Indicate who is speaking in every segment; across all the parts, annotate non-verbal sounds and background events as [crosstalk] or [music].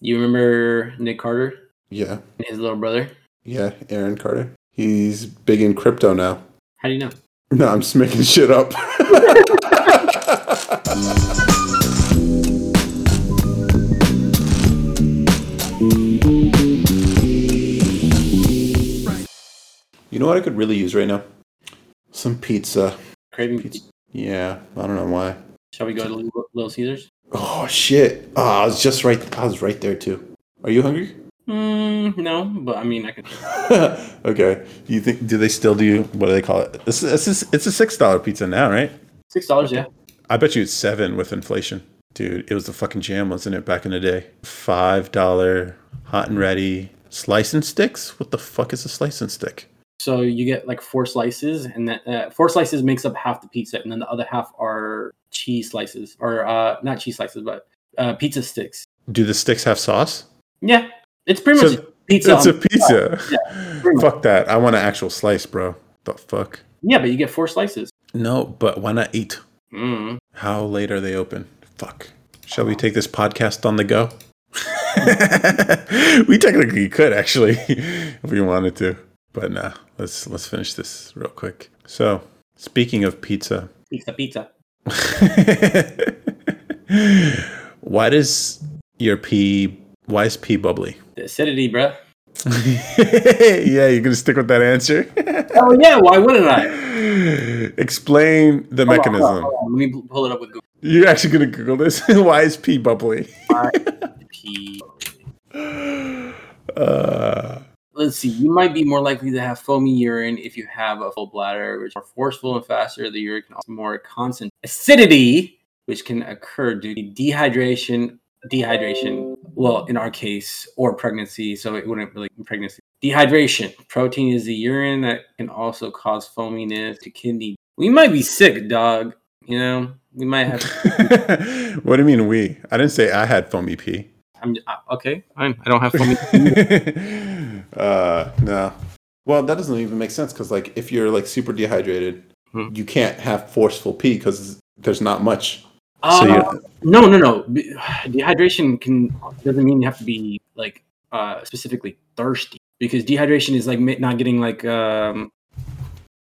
Speaker 1: You remember Nick Carter
Speaker 2: Yeah.
Speaker 1: and his little brother?
Speaker 2: Yeah. Aaron Carter. He's big in crypto now. [laughs]
Speaker 1: How do you know?
Speaker 2: No, I'm just making shit up. [laughs] you know what I could really use right now? Some pizza.
Speaker 1: Craving
Speaker 2: Pizza. Yeah, I don't know why.
Speaker 1: Shall we go to Little- Little Caesars?
Speaker 2: Oh shit! Ah, I was just right. I was right there too. Are you hungry?
Speaker 1: Mm, no, but I mean, I could.
Speaker 2: [laughs] okay. Do you think? Do they still do? What do they call it? This is, it's a, it's a six dollar pizza now, right?
Speaker 1: Six dollars, yeah.
Speaker 2: I bet you it's seven with inflation. Dude, it was the fucking jam, wasn't it, back in the day? Five dollar hot and ready slice and sticks? What the fuck is a slice and stick?
Speaker 1: So you get like four slices, and that uh, four slices makes up half the pizza, and then the other half are cheese slices, or uh, not cheese slices, but uh, pizza sticks.
Speaker 2: Do the sticks have sauce?
Speaker 1: Yeah, it's pretty
Speaker 2: So
Speaker 1: much pizza.
Speaker 2: it's
Speaker 1: on-
Speaker 2: a pizza.
Speaker 1: pretty much.
Speaker 2: fuck that. I want an actual slice, bro. The fuck?
Speaker 1: yeah, but you get four slices.
Speaker 2: No, but why not eat?
Speaker 1: Mm.
Speaker 2: How late are they open? Fuck. Shall we take this podcast on the go? [laughs] we technically could actually [laughs] if we wanted to. But nah, let's let's finish this real quick. So, speaking of pizza, [laughs]
Speaker 1: Pizza, pizza.
Speaker 2: why does your pee why is pee bubbly? [laughs]
Speaker 1: The acidity, bruh.
Speaker 2: yeah, you're gonna stick with that answer. [laughs]
Speaker 1: Oh yeah, why wouldn't I?
Speaker 2: Explain the
Speaker 1: Hold on, hold on,
Speaker 2: mechanism.
Speaker 1: hold on. Let me bl- pull it up with [laughs] Google.
Speaker 2: You're actually gonna Google this. [laughs] why is pee bubbly?
Speaker 1: P.
Speaker 2: Uh, [laughs]
Speaker 1: Let's see. You might be more likely to have foamy urine if you have a full bladder, which is more forceful and faster. The urine can also be more constant. Acidity, which can occur due to dehydration, dehydration. Well, in our case, or pregnancy, so it wouldn't really pregnancy. Dehydration. Protein is the urine that can also cause foaminess to kidney. We might be sick, dog. You know, we might have.
Speaker 2: what do you mean we? I didn't say I had foamy pee.
Speaker 1: I'm I- okay. Fine. I don't have foamy.
Speaker 2: [laughs] uh, no. Well, that doesn't even make sense because, like, if you're like super dehydrated,
Speaker 1: Hmm.
Speaker 2: you can't have forceful pee because there's not much.
Speaker 1: Uh,
Speaker 2: you're-
Speaker 1: No, no, no. B- [sighs] Dehydration can doesn't mean you have to be like uh, specifically thirsty because dehydration is like mi- not getting like um,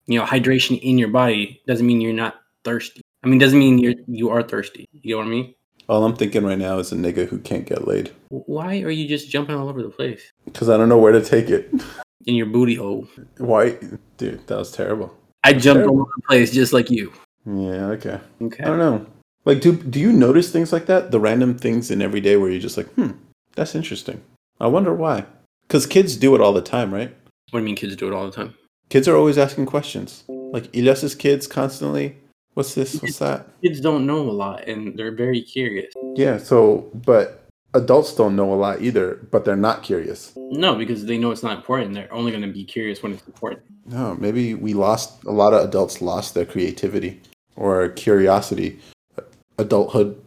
Speaker 1: you know hydration in your body doesn't mean you're not thirsty. I mean, doesn't mean you're you are thirsty. You know what I mean?
Speaker 2: All I'm thinking right now is a nigga who can't get laid
Speaker 1: W- Why are you just jumping all over the place
Speaker 2: because I don't know where to take it. [laughs]
Speaker 1: in your booty hole?
Speaker 2: Why, dude? That was terrible.
Speaker 1: I jumped all
Speaker 2: Terrible.
Speaker 1: over the place just like you.
Speaker 2: Yeah. Okay.
Speaker 1: Okay.
Speaker 2: I don't know. Like, do do you notice things like that? The random things in every day where you're just like, hmm, that's interesting. I wonder why. Because kids do it all the time, right?
Speaker 1: What do you mean kids do it all the time?
Speaker 2: Kids are always asking questions. Like Elias's kids constantly, what's this? What's that?
Speaker 1: Kids don't know a lot and they're very curious.
Speaker 2: Yeah. So, but adults don't know a lot either, but they're not curious.
Speaker 1: No, because they know it's not important. They're only going to be curious when it's important.
Speaker 2: No, maybe we lost a lot of adults lost their creativity or curiosity. Adulthood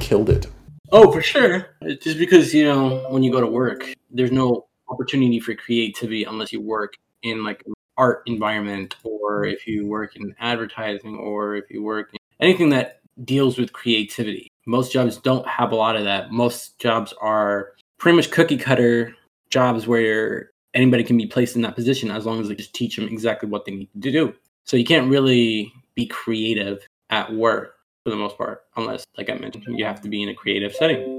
Speaker 2: killed it.
Speaker 1: Oh, for sure. It's Just because you know, when you go to work, there's no opportunity for creativity unless you work in like an art environment, or if you work in advertising, or if you work in anything that deals with creativity. Most jobs don't have a lot of that. Most jobs are pretty much cookie cutter jobs where anybody can be placed in that position as long as they just teach them exactly what they need to do. So you can't really be creative at work for the most part, unless, like I mentioned, you have to be in a creative setting.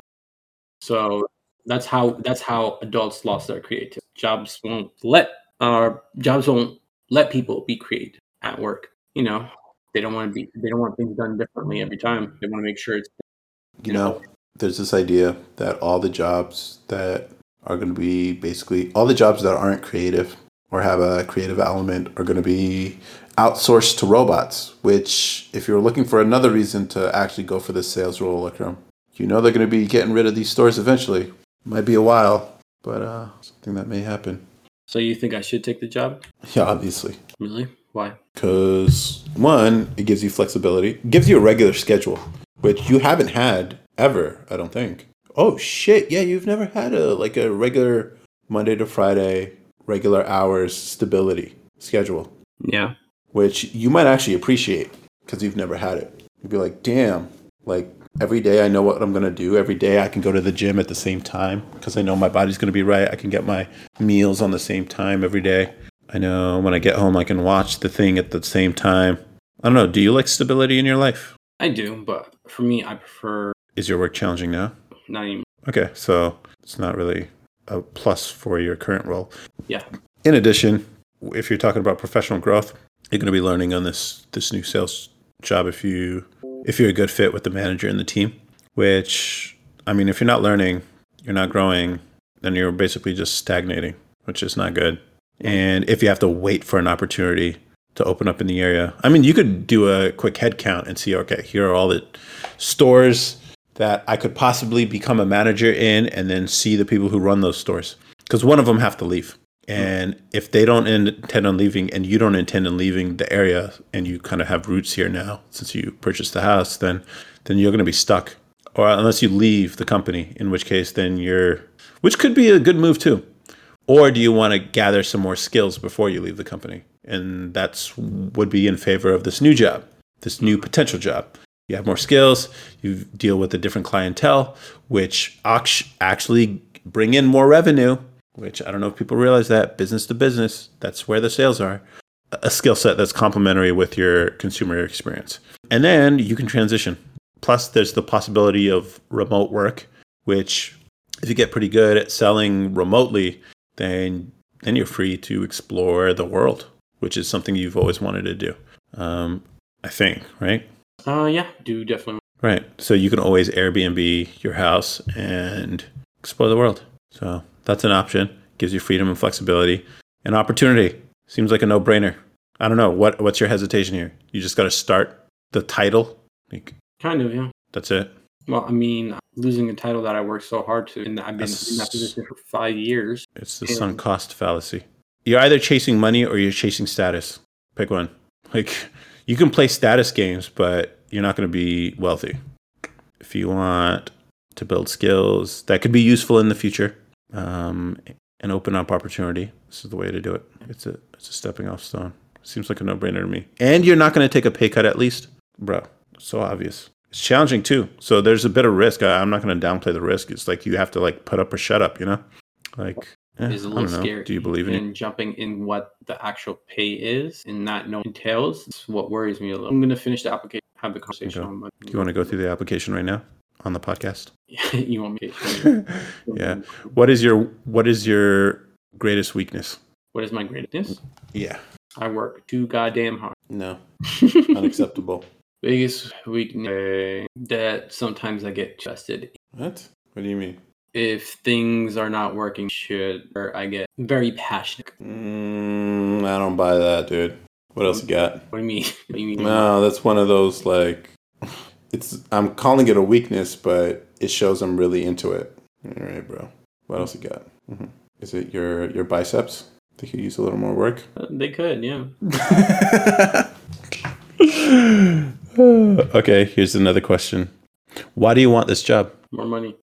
Speaker 1: So that's how that's how adults lost their creative. Jobs won't let uh, jobs won't let people be creative at work. You know, they don't want to be they don't want things done differently every time. They want to make sure it's
Speaker 2: you know, there's this idea that all the jobs that are going to be basically all the jobs that aren't creative or have a creative element are going to be outsourced to robots. Which, if you're looking for another reason to actually go for this sales role, like um, you know, they're going to be getting rid of these stores eventually. Might be a while, but uh, something that may happen. [laughs]
Speaker 1: so. You think I should take the job?
Speaker 2: Yeah, obviously,
Speaker 1: Really? Why?
Speaker 2: because one, it gives you flexibility, It gives you a regular schedule, which you haven't had ever, I don't think. Oh shit, yeah, you've never had a like a regular Monday to Friday, regular hours stability schedule,
Speaker 1: Yeah.
Speaker 2: which you might actually appreciate because you've never had it. You'd be like, damn, like every day I know what I'm going to do. Every day I can go to the gym at the same time because I know my body's going to be right. I can get my meals on the same time every day. I know when I get home, I can watch the thing at the same time. I don't know. Do you like stability in your life?
Speaker 1: I do, but for me, I prefer
Speaker 2: Is your work challenging now?
Speaker 1: not even.
Speaker 2: Okay, so it's not really a plus for your current role.
Speaker 1: Yeah.
Speaker 2: In addition, if you're talking about professional growth, you're going to be learning on this this new sales job if you if you're a good fit with the manager and the team. Which I mean, if you're not learning, you're not growing, then you're basically just stagnating, which is not good. And if you have to wait for an opportunity to open up in the area, I mean, you could do a quick head count and see, okay, here are all the stores that I could possibly become a manager in and then see the people who run those stores. Because one of them have to leave. And if they don't in- intend on leaving and you don't intend on leaving the area and you kind of have roots here now since you purchased the house, then then you're going to be stuck. Or unless you leave the company, in which case then you're which could be a good move too. Or do you want to gather some more skills before you leave the company? And that's would be in favor of this new job, this new potential job you have more skills you deal with a different clientele which act- actually bring in more revenue which i don't know if people realize that business to business that's where the sales are A- a skill set that's complementary with your consumer experience and then you can transition plus there's the possibility of remote work which if you get pretty good at selling remotely then then you're free to explore the world which is something you've always wanted to do um, i think right
Speaker 1: Uh, yeah, do definitely.
Speaker 2: Right. So you can always Airbnb your house and explore the world. So that's an option. Gives you freedom and flexibility and opportunity. Seems like a no brainer. I don't know. What what's your hesitation here? You just gotta start the title. Like
Speaker 1: Kind of, yeah.
Speaker 2: that's it.
Speaker 1: Well, I mean, losing a title that I worked so hard to, and I've been in that
Speaker 2: That's-
Speaker 1: position for five years.
Speaker 2: It's the sunk cost fallacy. You're either chasing money or you're chasing status. Pick one. [laughs] Like you can play status games, but you're not going to be wealthy. If you want to build skills that could be useful in the future um, and open up opportunity, this is the way to do it. It's a it's a stepping off stone. Seems like a no brainer to me. And you're not going to take a pay cut at least, bro. So obvious. It's challenging too. So there's a bit of risk. I, I'm not going to downplay the risk. It's like you have to like put up or shut up. You know, like eh,
Speaker 1: It's a
Speaker 2: I
Speaker 1: little
Speaker 2: don't know.
Speaker 1: scary.
Speaker 2: Do you believe in it?
Speaker 1: And jumping in what the actual pay is and not knowing details is what worries me a little. I'm gonna finish the application, have the conversation.
Speaker 2: Okay.
Speaker 1: On my,
Speaker 2: Do
Speaker 1: [laughs]
Speaker 2: you want to go through the application right now on the podcast?
Speaker 1: to? you want me? To
Speaker 2: yeah. What is your What is your greatest weakness?
Speaker 1: What is my greatness?
Speaker 2: Yeah.
Speaker 1: I work too goddamn
Speaker 2: [laughs]
Speaker 1: hard.
Speaker 2: No. Unacceptable. [laughs]
Speaker 1: Biggest weakness uh, that sometimes I get tested.
Speaker 2: What? What do you mean?
Speaker 1: If things are not working, should or I get very passionate.
Speaker 2: Mm, I don't buy that, dude. What else you got?
Speaker 1: What do you mean? [laughs] What do you mean?
Speaker 2: No, that's one of those like, it's. I'm calling it a weakness, but it shows I'm really into it. All right, bro. What else you got? hmm Is it your your biceps? Think you use a little more work?
Speaker 1: Uh, They could, yeah.
Speaker 2: [laughs] okay, here's another question. Why do you want this job?
Speaker 1: More money.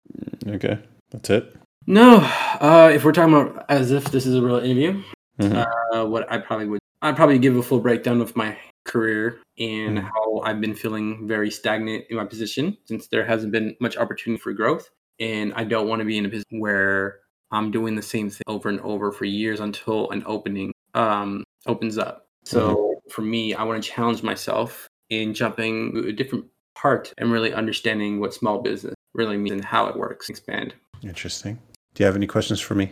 Speaker 2: Okay, that's it.
Speaker 1: No, uh, if we're talking about as if this is a real interview,
Speaker 2: Mhm.
Speaker 1: uh, what I probably would, I'd probably give a full breakdown of my career and
Speaker 2: Mhm.
Speaker 1: how I've been feeling very stagnant in my position since there hasn't been much opportunity for growth. And I don't want to be in a position where I'm doing the same thing over and over for years until an opening um, opens up. So for me, I want to challenge myself in jumping to a different part and really understanding what small business really means and how it works, expand.
Speaker 2: Interesting. Do you have any questions for me?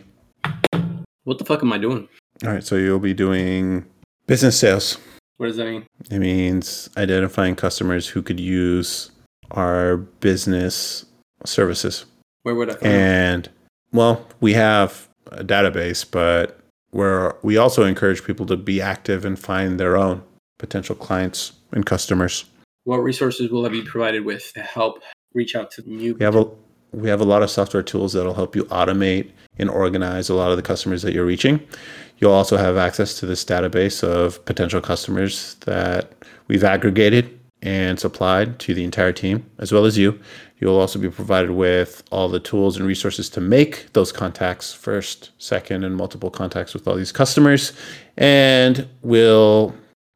Speaker 1: What the fuck am I doing?
Speaker 2: All right, so you'll be doing business sales.
Speaker 1: What does that mean?
Speaker 2: It means identifying customers who could use our business services.
Speaker 1: Where would I find it?
Speaker 2: And well, we have a database, but where we also encourage people to be active and find their own potential clients and customers.
Speaker 1: What resources will I be provided with to help reach out to new
Speaker 2: We have a we have a lot of software tools that'll help you automate and organize a lot of the customers that you're reaching. You'll also have access to this database of potential customers that we've aggregated and supplied to the entire team as well as you. You'll also be provided with all the tools and resources to make those contacts first, second, and multiple contacts with all these customers. And we'll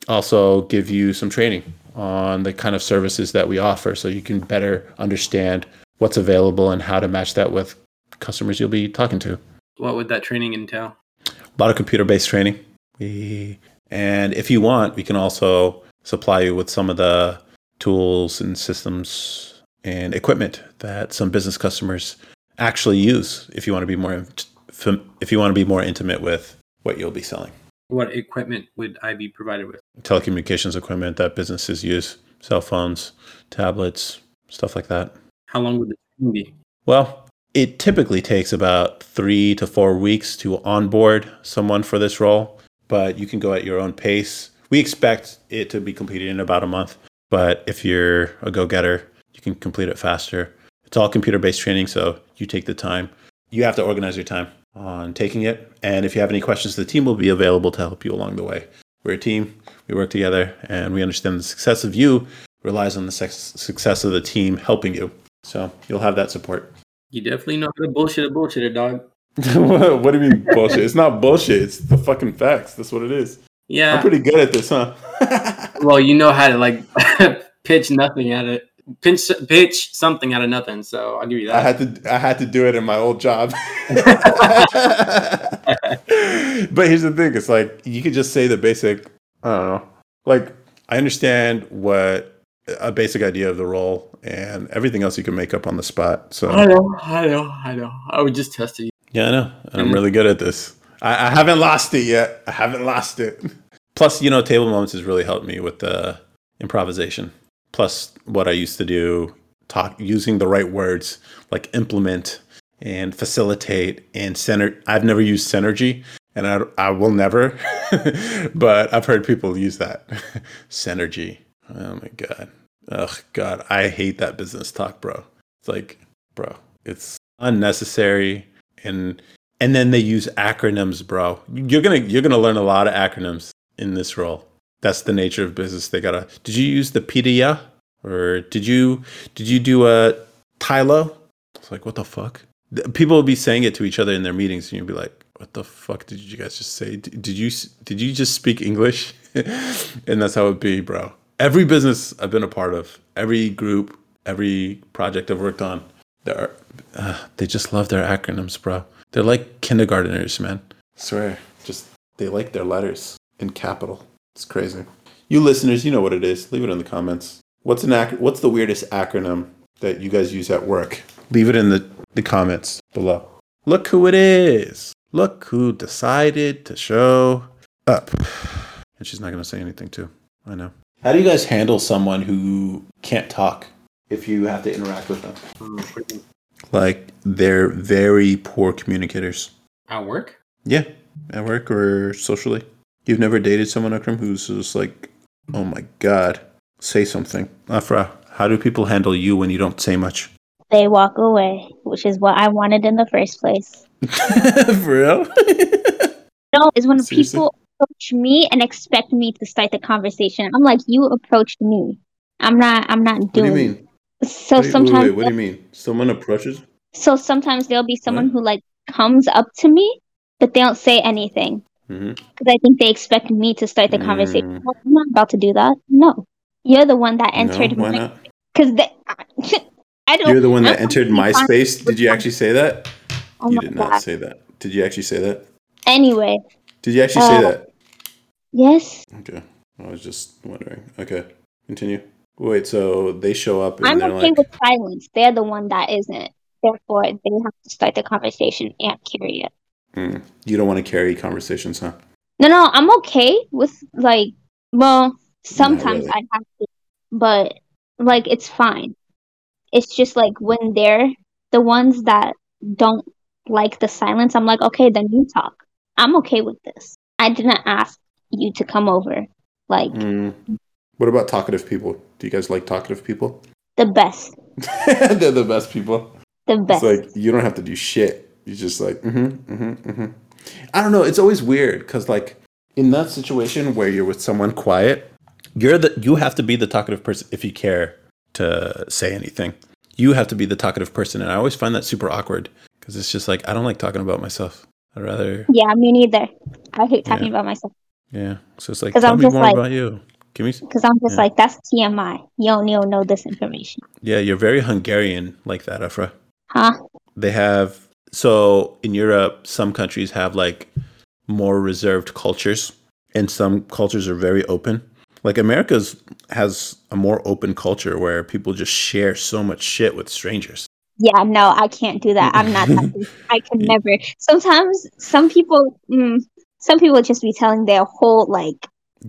Speaker 2: also give you some training
Speaker 3: on the kind of services that we offer so you can better understand what's available and how to match that with customers you'll be talking to.
Speaker 1: What would that training entail?
Speaker 2: A lot of computer based training. We and if you want, we can also supply you with some of the tools and systems and equipment that some business customers actually use if you want to be more if you want to be more intimate with what you'll be selling.
Speaker 1: What equipment would I be provided with?
Speaker 2: Telecommunications equipment that businesses use, cell phones, tablets, stuff like that.
Speaker 1: How long would it be?
Speaker 2: Well, it typically takes about 3 to 4 weeks to onboard someone for this role, but you can go at your own pace. We expect it to be completed in about a month, but if you're a go-getter, you can complete it faster. It's all computer-based training, so you take the time. You have to organize your time on taking it. And if you have any questions, the team will be available to help you along the way. We're a team, we work together, and we understand the success of you relies on the success of the team helping you. So you'll have that support.
Speaker 1: You definitely know how to bullshit a bullshitter, dog.
Speaker 2: [laughs] what do you mean bullshit? It's not bullshit. It's the fucking facts. That's what it is.
Speaker 1: Yeah.
Speaker 2: I'm pretty good at this, huh?
Speaker 1: well, you know how to like [laughs] pitch nothing at it. Pinch, pitch something out of nothing. So I'll give you that.
Speaker 2: I had to I had to do it in my old job. [laughs] but here's the thing: it's like you could just say the basic. I don't know. Like I understand what a basic idea of the role and everything else you can make up on the spot. So
Speaker 1: I know, I know, I know. I would just test it.
Speaker 2: Yeah, I know. And I'm really good at this. I, I haven't lost it yet. I haven't lost it. [laughs] Plus, you know, table moments has really helped me with the improvisation plus what I used to do, talk using the right words like implement and facilitate and center. I've never used synergy, and I, I will never, [laughs] but I've heard people use that [laughs] synergy. Oh my god, oh god, I hate that business talk, bro. It's like, bro, it's unnecessary, and and then they use acronyms, bro. You're gonna you're gonna learn a lot of acronyms in this role that's the nature of business they gotta did you use the pda or did you did you do a tylo it's like what the fuck people will be saying it to each other in their meetings and you'll be like what the fuck did you guys just say did you did you just speak english [laughs] and that's how it be bro every business i've been a part of every group every project i've worked on there uh, they just love their acronyms bro they're like kindergarteners, man I swear just they like their letters in capital it's crazy. You listeners, you know what it is. Leave it in the comments. What's an ac- what's the weirdest acronym that you guys use at work? Leave it in the, the comments below. Look who it is. Look who decided to show up. And she's not going to say anything too. I know. How do you guys handle someone who can't talk if you have to interact with
Speaker 1: Mm,
Speaker 2: them? Like they're very poor communicators.
Speaker 1: At work?
Speaker 2: Yeah, at work or socially. You've never dated someone, Akram, who's just like, oh my God, say something. Afra, how do people handle you when you don't say [laughs] much?
Speaker 4: They walk away, which is what I wanted in the first place.
Speaker 2: For real?
Speaker 4: no, is when Seriously? people approach me and expect me to start the conversation. I'm like, you approached me. I'm not. I'm not doing.
Speaker 2: What do you mean?
Speaker 4: So
Speaker 2: you,
Speaker 4: sometimes.
Speaker 2: Wait, wait, what do you mean? Someone approaches.
Speaker 4: So sometimes there'll be someone what? who like comes up to me, but they don't say anything because mm-hmm. I think they expect me to start the conversation. Mm. Well, I'm not about to do that. No, you're the one that entered.
Speaker 2: No, why
Speaker 4: [laughs]
Speaker 2: not?
Speaker 4: Because I don't.
Speaker 2: You're the one that entered MySpace. Did you actually say that? Oh you did God. not say that. Did you actually say that?
Speaker 4: Anyway.
Speaker 2: Did you actually uh, say that?
Speaker 4: Yes.
Speaker 2: Okay. I was just wondering. Okay. Continue. Wait. So they show up.
Speaker 4: I'm
Speaker 2: okay
Speaker 4: like... with silence. They're the one that isn't. Therefore, they have to start the conversation and curious.
Speaker 2: Mm. You don't want to carry conversations, huh?
Speaker 4: No, no, I'm okay with like, well, sometimes really. I have to, but like it's fine. It's just like when they're the ones that don't like the silence, I'm like, okay, then you talk. I'm okay with this. I didn't ask you to come over. Like,
Speaker 2: mm. what about talkative people? Do you guys like talkative people? [laughs]
Speaker 4: The best.
Speaker 2: They're the best people.
Speaker 4: The best.
Speaker 2: It's like you don't have to do shit you're just like mm-hmm, mm-hmm, mm-hmm. i don't know it's always weird because like in that situation where you're with someone quiet you're the you have to be the talkative person if you care to say anything you have to be the talkative person and i always find that super awkward because it's just like i don't like talking about myself i'd rather
Speaker 4: yeah me neither i hate talking yeah. about myself
Speaker 2: yeah so it's like tell I'm me more like, about you Can we?
Speaker 4: Because I'm just
Speaker 2: Yeah.
Speaker 4: like, that's TMI. You don't, you don't know this information.
Speaker 2: Yeah, you're very Hungarian like that, Afra.
Speaker 4: Huh?
Speaker 2: They have so in Europe, some countries have like more reserved cultures, and some cultures are very open. Like America's has a more open culture where people just share so much shit with strangers.
Speaker 4: Yeah, no, I can't do that. I'm not that.
Speaker 2: [laughs]
Speaker 4: person. I can never. Sometimes some people, mm, some people just be telling their whole like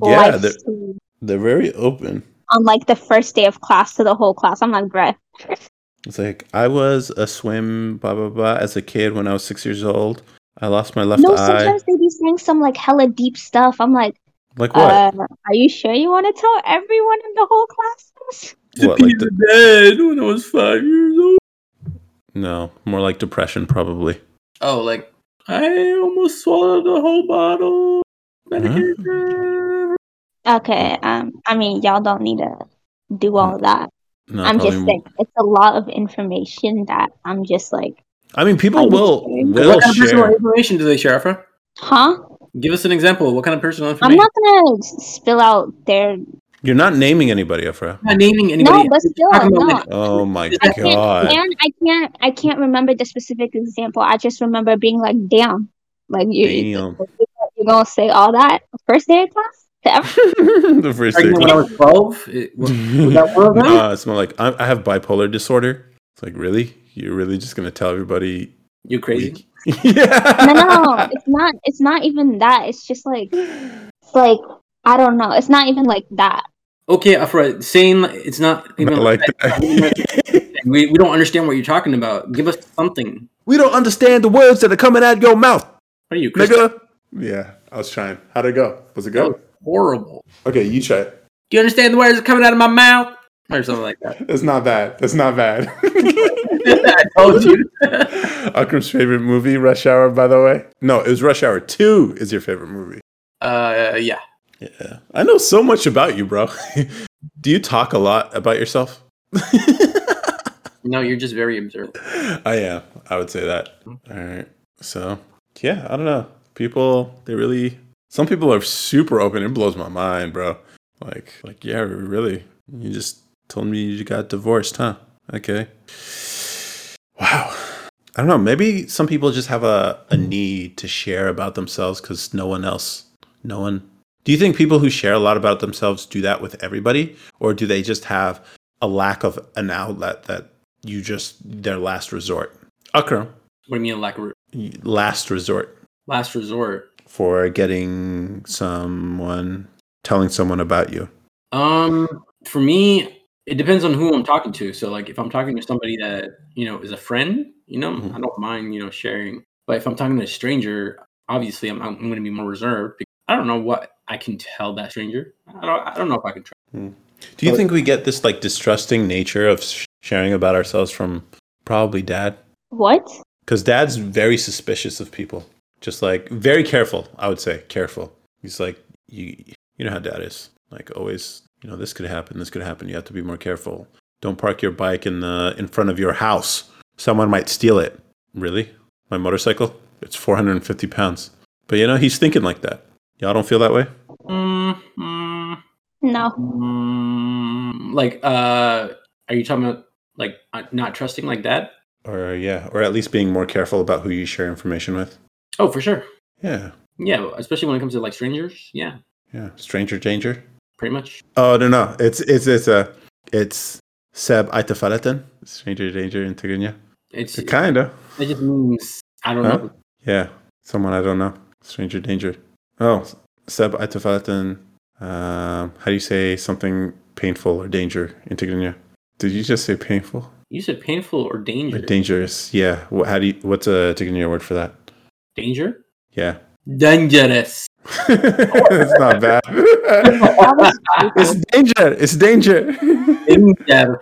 Speaker 2: yeah,
Speaker 4: life
Speaker 2: they're,
Speaker 4: story
Speaker 2: they're very open.
Speaker 4: on like the first day of class to the whole class. I'm like, bruh,
Speaker 2: It's like I was a swim blah blah blah as a kid when I was six years old. I lost my left
Speaker 4: no.
Speaker 2: eye.
Speaker 4: Sometimes they be saying some like hella deep stuff. I'm like,
Speaker 2: Like what?
Speaker 4: uh, are you sure you want to tell everyone in the whole class? this?"
Speaker 2: what? Like the,
Speaker 1: dead when I was five years old.
Speaker 2: no, more like depression probably.
Speaker 1: Oh, like I almost swallowed a whole bottle. of Medication.
Speaker 4: Okay. Um. I mean, y'all don't need to do all that.
Speaker 2: No,
Speaker 4: I'm just
Speaker 2: probably more-
Speaker 4: saying, it's a lot of information that I'm just like,
Speaker 2: I mean, people
Speaker 4: I'm
Speaker 2: will
Speaker 4: just saying.
Speaker 2: will
Speaker 1: what kind of personal
Speaker 2: share.
Speaker 1: information do they share, Afra?
Speaker 4: huh?
Speaker 1: Give us an example. What kind of personal
Speaker 4: I'm
Speaker 1: information?
Speaker 4: not gonna s- spill out their
Speaker 2: You're not naming anybody, Afra.
Speaker 1: I'm not naming anybody.
Speaker 4: No, but still,
Speaker 1: Talking about,
Speaker 4: no.
Speaker 1: like,
Speaker 2: Oh my
Speaker 1: I
Speaker 4: I
Speaker 1: can't-
Speaker 2: god!
Speaker 4: can't, and I can't, I can't remember the specific example. I just remember being like, "Damn, like you,
Speaker 2: Damn.
Speaker 4: you gonna say all that first day of class to everyone?"
Speaker 2: the first
Speaker 1: arguing [laughs] when I
Speaker 2: thing.
Speaker 1: was twelve. It, was, was
Speaker 2: [laughs]
Speaker 1: that one of them? [laughs]
Speaker 2: Uh, it's more like I, I have bipolar disorder. It's like really, you're really just gonna tell everybody? [laughs]
Speaker 1: you crazy?
Speaker 2: we- yeah.
Speaker 4: No, no, it's not. It's not even that. It's just like, it's like I don't know. It's not even like that.
Speaker 1: Okay, uh, Afra, saying it's not even
Speaker 2: Not
Speaker 1: like
Speaker 2: like that.
Speaker 1: that. [laughs] We, we don't understand what you're talking about. Give us something.
Speaker 2: we don't understand the words that are coming out your mouth,
Speaker 1: What are you, Chris?
Speaker 2: nigga. Yeah, I was trying. How'd it go? Was it
Speaker 1: That was
Speaker 2: good?
Speaker 1: horrible.
Speaker 2: Okay, you try it.
Speaker 1: Do you understand the words coming out of my mouth? Or something like that. [laughs]
Speaker 2: That's not bad. That's not bad. [laughs]
Speaker 1: I told you. [laughs]
Speaker 2: Akram's favorite movie, Rush Hour, by the way. No, it was Rush Hour 2 is your favorite movie.
Speaker 1: Uh, yeah.
Speaker 2: Yeah. I know so much about you, bro. [laughs] Do you talk a lot about yourself?
Speaker 1: No, you're just very observant.
Speaker 2: [laughs] I am. Oh, I would say that. All right. So, yeah, I don't know. People, they really, some people are super open. It blows my mind, bro. Like, like, yeah, really. You just told me you got divorced, huh? Okay. Wow. I don't know. Maybe some people just have a, a need to share about themselves because no one else, no one. Do you think people who share a lot about themselves do that with everybody? Or do they just have a lack of an outlet that you just their last resort. Akram,
Speaker 1: What do you mean, lack of re-
Speaker 2: last resort
Speaker 1: last resort?
Speaker 2: for getting someone telling someone about you.
Speaker 1: Um, for me, it depends on who I'm talking to. So, like, if I'm talking to somebody that you know is a friend, you know,
Speaker 2: Mhm.
Speaker 1: I don't mind you know sharing. But if I'm talking to a stranger, obviously I'm, I'm going to be more reserved. Because I don't know what I can tell that stranger. I don't. I don't know if I can. Try.
Speaker 2: Do you think we get this like distrusting nature of sh- sharing about ourselves from probably dad?
Speaker 4: What?
Speaker 2: Because dad's very suspicious of people, just like very careful. I would say careful. He's like you. You know how dad is. Like always, you know this could happen. This could happen. You have to be more careful. Don't park your bike in the in front of your house. Someone might steal it. Really? My motorcycle? It's 450 pounds. But you know he's thinking like that. Y'all don't feel that way?
Speaker 1: Mm, mm,
Speaker 4: No.
Speaker 1: mm, like, uh, are you talking about like uh, not trusting like that?
Speaker 2: Or yeah, or at least being more careful about who you share information with.
Speaker 1: Oh, for sure.
Speaker 2: Yeah.
Speaker 1: Yeah, especially when it comes to like strangers. Yeah,
Speaker 2: Yeah. Stranger danger.
Speaker 1: pretty much.
Speaker 2: Oh no no, it's it's it's a it's Seb Aitafaleten, Stranger Danger in Tigrinya.
Speaker 1: It's it
Speaker 2: Kinda.
Speaker 1: just means I don't
Speaker 2: Huh?
Speaker 1: know.
Speaker 2: Yeah, someone I don't know. Stranger Danger. Oh, Seb Aitafaleten. Um, how do you say something painful or danger in Tigrinya? Did you just say painful?
Speaker 1: You said painful or
Speaker 2: Or
Speaker 1: danger?
Speaker 2: dangerous? Yeah. What? How do you? What's a Tigrinya word for that?
Speaker 1: danger?
Speaker 2: Yeah. [laughs]
Speaker 1: Dangerous.
Speaker 2: it's not bad. [laughs]
Speaker 1: [laughs]
Speaker 2: it's danger. It's danger.
Speaker 1: Danger.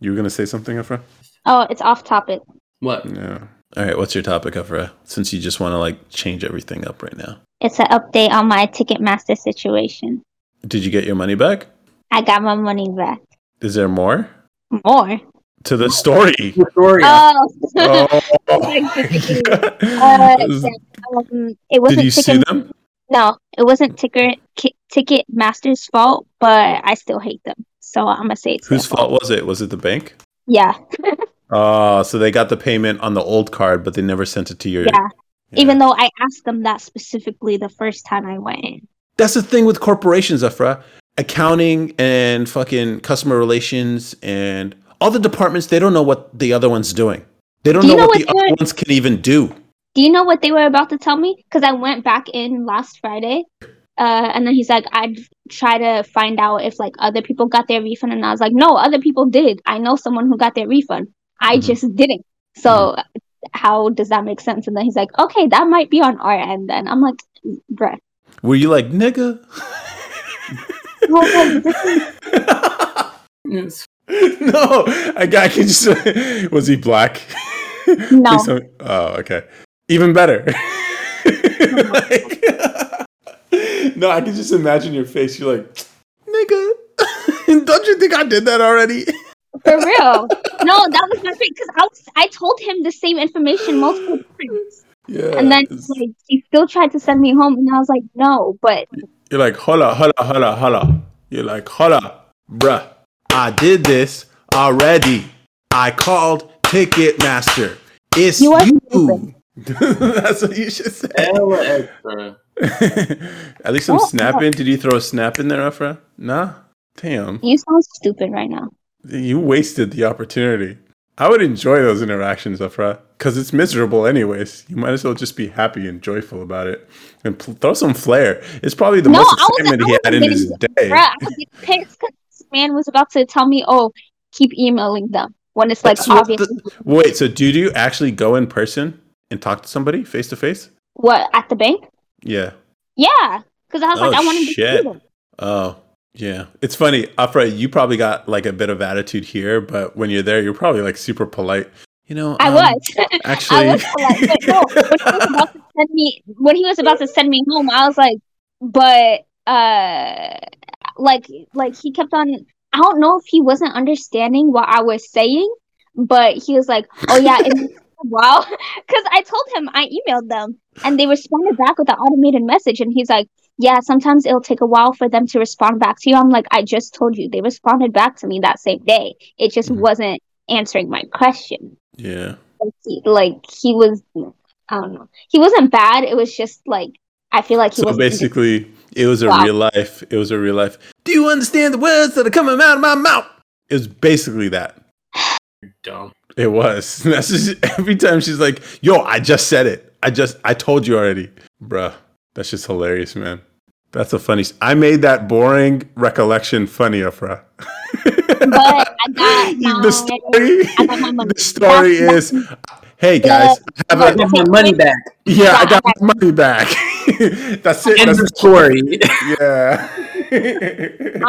Speaker 2: you were gonna say something, Afra?
Speaker 4: Oh, it's off topic.
Speaker 1: What?
Speaker 2: No. All right, what's your topic, Afra? Since you just want to like change everything up right now.
Speaker 4: It's an update on my Ticketmaster situation.
Speaker 2: Did you get your money back?
Speaker 4: I got my money back.
Speaker 2: Is there more
Speaker 4: More.
Speaker 2: to the story? [laughs]
Speaker 1: Story.
Speaker 4: Oh.
Speaker 2: Oh.
Speaker 4: Like, [laughs] uh, yeah, um, it
Speaker 2: Did
Speaker 4: wasn't
Speaker 2: you see
Speaker 4: Ticket-
Speaker 2: them?
Speaker 4: No, it wasn't Ticket Ki- Ticketmaster's fault, but I still hate them. So I'm gonna say it's their
Speaker 2: Whose fault was it? Was it the bank?
Speaker 4: Yeah,
Speaker 2: Oh, so they got the payment on the old card, but they never sent it to your.
Speaker 4: yeah, Even though I asked them that specifically the first time I went in.
Speaker 2: That's the thing with corporations, Afra. Accounting and fucking customer relations and all the departments, they don't know what the other one's doing. They don't
Speaker 4: Do
Speaker 2: know,
Speaker 4: you know
Speaker 2: what,
Speaker 4: what
Speaker 2: the
Speaker 4: they
Speaker 2: other
Speaker 4: were-
Speaker 2: ones can even do.
Speaker 4: Do you know what they were about to tell me? Because I went back in last Friday, uh, and then he's like, "I'd try to find out if like other people got their refund," and I was like, "No, other people did. I know someone who got their refund. I
Speaker 2: Mhm.
Speaker 4: just didn't." So how does that make sense? And then he's like, "Okay, that might be on our end." Then I'm like, "Bruh."
Speaker 2: Were you like, nigga? [laughs]
Speaker 4: Well, like, this is-
Speaker 1: Yes.
Speaker 2: no, I, got- I can just. [laughs] Was he black?
Speaker 4: No.
Speaker 2: Please tell me- Oh, okay. Even better. [laughs] Like- [laughs] no, I can just imagine your face. You're like, nigga. [laughs] Don't you think I did that already? [laughs]
Speaker 4: For real. No, that was my thing because I was, I told him the same information multiple times,
Speaker 2: Yeah.
Speaker 4: and then
Speaker 2: it's-
Speaker 4: like, he still tried to send me home, and I was like, "No, but
Speaker 2: You're like, holla, holla, holla, holla. You're like, holla, bruh. I did this already. I called Ticketmaster. It's
Speaker 4: You
Speaker 2: you.
Speaker 4: are stupid.
Speaker 2: [laughs] That's what you should say.
Speaker 1: Hella extra.
Speaker 2: At least I'm
Speaker 4: Oh,
Speaker 2: snapping. Did you throw a snap in there, Afra? Nah. Damn.
Speaker 4: you sound stupid right now."
Speaker 2: You wasted the opportunity. I would enjoy those interactions, Afra, because it's miserable anyways. You might as well just be happy and joyful about it and pl- throw some flair. It's probably the
Speaker 4: No,
Speaker 2: most
Speaker 4: I wasn't-
Speaker 2: excitement
Speaker 4: I
Speaker 2: he had in
Speaker 4: wasn't
Speaker 2: his day.
Speaker 4: Bruh, I was getting pissed 'cause this man was about to tell me, "Oh, keep emailing them." When it's like
Speaker 2: That's what
Speaker 4: obvious,
Speaker 2: the- wait, so do you actually go in person and talk to somebody face to face?
Speaker 4: what at the bank?
Speaker 2: Yeah.
Speaker 4: Yeah, because I was
Speaker 2: Oh,
Speaker 4: like, I wanted to see
Speaker 2: shit.
Speaker 4: them.
Speaker 2: Oh, yeah. It's funny, Afra. You probably got like a bit of attitude here, but when you're there, you're probably like super polite. You know,
Speaker 4: I
Speaker 2: um,
Speaker 4: was. I
Speaker 2: actually.
Speaker 4: was polite, but no, when he was about to send me when he was about to send me home, I was like, but uh, like like he kept on. I don't know if he wasn't understanding what I was saying, but he was like, "Oh yeah, and, wow," because I told him I emailed them and they responded back with an automated message, and he's like. Yeah, sometimes it'll take a while for them to respond back to you. I'm like, I just told you they responded back to me that same day. It just
Speaker 2: Mhm.
Speaker 4: wasn't answering my question
Speaker 2: yeah.
Speaker 4: like he, like he was I don't know. He wasn't bad. It was just like I feel like he
Speaker 2: So
Speaker 4: [laughs] was
Speaker 2: basically, it was a
Speaker 4: Wow.
Speaker 2: real life. It was a real life. Do you understand the words that are coming out of my mouth? It was basically that.
Speaker 1: You're dumb.
Speaker 2: It was. [laughs] That's just, every time she's like, "Yo, I just said it. I just I told you already, bruh." That's just hilarious, man. That's a funny. s- I made that boring recollection funnier, bruh. [laughs]
Speaker 4: but I got my,
Speaker 2: the story.
Speaker 4: I
Speaker 2: [laughs]
Speaker 4: got my money.
Speaker 2: The story
Speaker 4: Back-
Speaker 2: is, hey guys, I
Speaker 1: I
Speaker 2: have a,
Speaker 1: got my money back.
Speaker 2: yeah, I
Speaker 4: I
Speaker 2: got my money back. [laughs] that's it.
Speaker 1: End
Speaker 2: That's
Speaker 1: of
Speaker 2: [laughs]
Speaker 1: story. [laughs]
Speaker 2: yeah.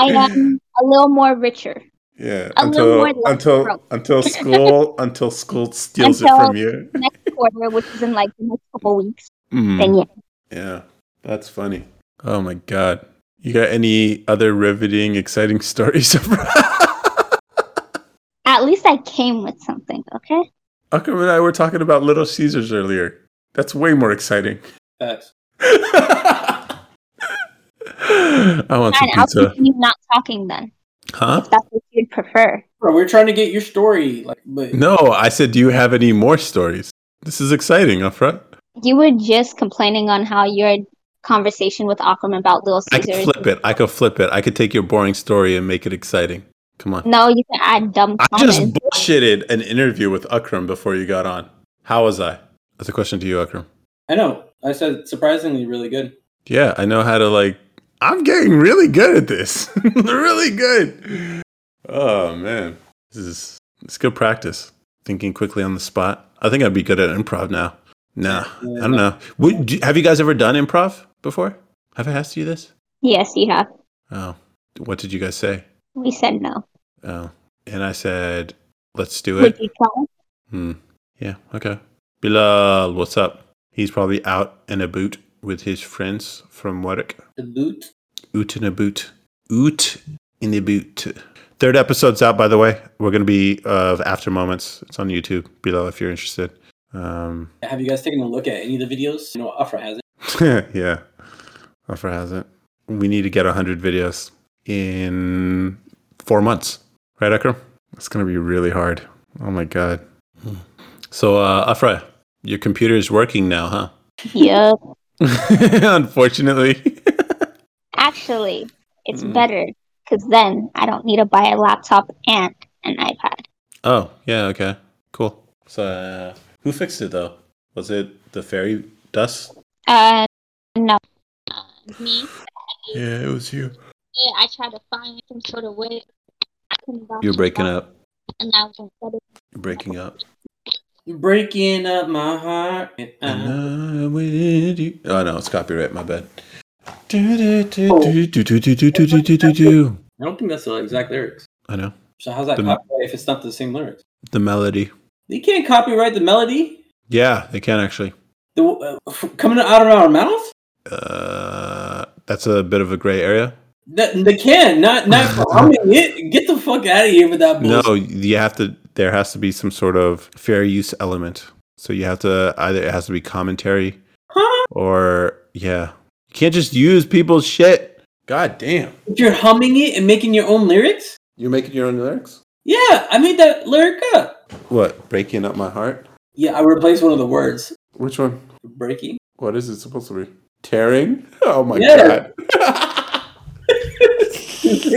Speaker 4: I am a little more richer.
Speaker 2: [laughs] Yeah.
Speaker 4: a little
Speaker 2: Until
Speaker 4: more like
Speaker 2: until
Speaker 4: broke.
Speaker 2: until school until school steals it
Speaker 4: Until-
Speaker 2: from you.
Speaker 4: Next quarter, which is in like the next couple weeks.
Speaker 2: Mm.
Speaker 4: Then yeah.
Speaker 2: Yeah, that's funny. Oh my god. You got any other riveting, exciting [laughs] stories?
Speaker 4: At least I came with something, okay?
Speaker 2: Akram and I were talking about Little Caesars earlier. That's way more exciting.
Speaker 1: Facts.
Speaker 2: I want some
Speaker 4: Fine, I'll
Speaker 2: pizza.
Speaker 4: continue not talking then.
Speaker 2: Huh?
Speaker 4: If that's what you'd prefer.
Speaker 1: Bro, we're trying to get your story, like, but
Speaker 2: No, I said, do you have any more stories? This is exciting, Afra.
Speaker 4: You were just complaining on how your conversation with Akram about Little
Speaker 2: I could
Speaker 4: Caesars.
Speaker 2: flip it. I could flip it. I could take your boring story and make it exciting. Come on.
Speaker 4: No, you can add dumb
Speaker 2: I
Speaker 4: comments.
Speaker 2: just bullshitted an interview with Akram before you got on. How was I? That's a question to you, Akram.
Speaker 1: I know. I said surprisingly really good.
Speaker 2: Yeah, I know how to like. I'm getting really good at this. [laughs] really good. Oh man, this is it's good practice. Thinking quickly on the spot. I think I'd be good at improv now. Nah, I don't know. Would, do, have you guys ever done improv before? Have I asked you this?
Speaker 4: Yes, you have.
Speaker 2: Oh, what did you guys say?
Speaker 4: We said no.
Speaker 2: Oh, and I said, let's do
Speaker 4: Would
Speaker 2: it.
Speaker 4: you try?
Speaker 2: Hmm. Yeah. Okay. Bilal, what's up? He's probably out in a boot with his friends from work.
Speaker 1: The boot.
Speaker 2: Oot in a boot. Oot in the boot. Third episode's out, by the way. We're going to be of After Moments. It's on YouTube below if you're interested. Um, [laughs]
Speaker 1: Have you guys taken a look at any of the videos? You know, Afra has it.
Speaker 2: yeah. Offer hasn't. We need to get 100 videos in four months, right, Ekram? It's going to be really hard. Oh my God. So, uh, Afra, your computer is working now,
Speaker 4: Yep.
Speaker 2: huh? [laughs] Unfortunately.
Speaker 4: Actually, it's
Speaker 2: Mm.
Speaker 4: better 'cause better because then I don't need to buy a laptop and an iPad.
Speaker 2: Oh, yeah, okay. Cool. So, uh, who fixed it though? Was it the fairy dust?
Speaker 4: Uh, no. Uh, me?
Speaker 2: Yeah, it was you.
Speaker 4: Yeah, I tried to find some sort of way.
Speaker 2: You're breaking up.
Speaker 4: And I was like,
Speaker 2: You're breaking up.
Speaker 1: Breaking up my heart. Uh,
Speaker 2: And I'm with you. Oh no, it's copyright. My bad. Do, do, do, do, do, do, do, do, do, do, do, do, do.
Speaker 1: I don't think that's the exact lyrics.
Speaker 2: I know
Speaker 1: So how's that
Speaker 2: The-
Speaker 1: copyright if it's not the same lyrics?
Speaker 2: the melody.
Speaker 1: They can't copyright the melody.
Speaker 2: Yeah, they can actually.
Speaker 1: The uh, f- coming out of our mouths.
Speaker 2: Uh, that's a bit of a gray area.
Speaker 1: That they can not
Speaker 2: [laughs]
Speaker 1: not. I mean, get, get the fuck out of here with that bullshit.
Speaker 2: No, you have to. There has to be some sort of fair use element. So you have to either it has to be commentary
Speaker 1: Huh?
Speaker 2: or yeah, you can't just use people's shit. God damn,
Speaker 1: If you're humming it and making your own lyrics.
Speaker 2: you're making your own lyrics.
Speaker 1: Yeah, I made that lyric up.
Speaker 2: What breaking up my heart?
Speaker 1: Yeah, I replaced one of the words.
Speaker 2: Which one? [laughs]
Speaker 1: Breaking.
Speaker 2: What is it supposed to be? Tearing? [laughs] Oh my
Speaker 1: Yeah.
Speaker 2: god. [laughs]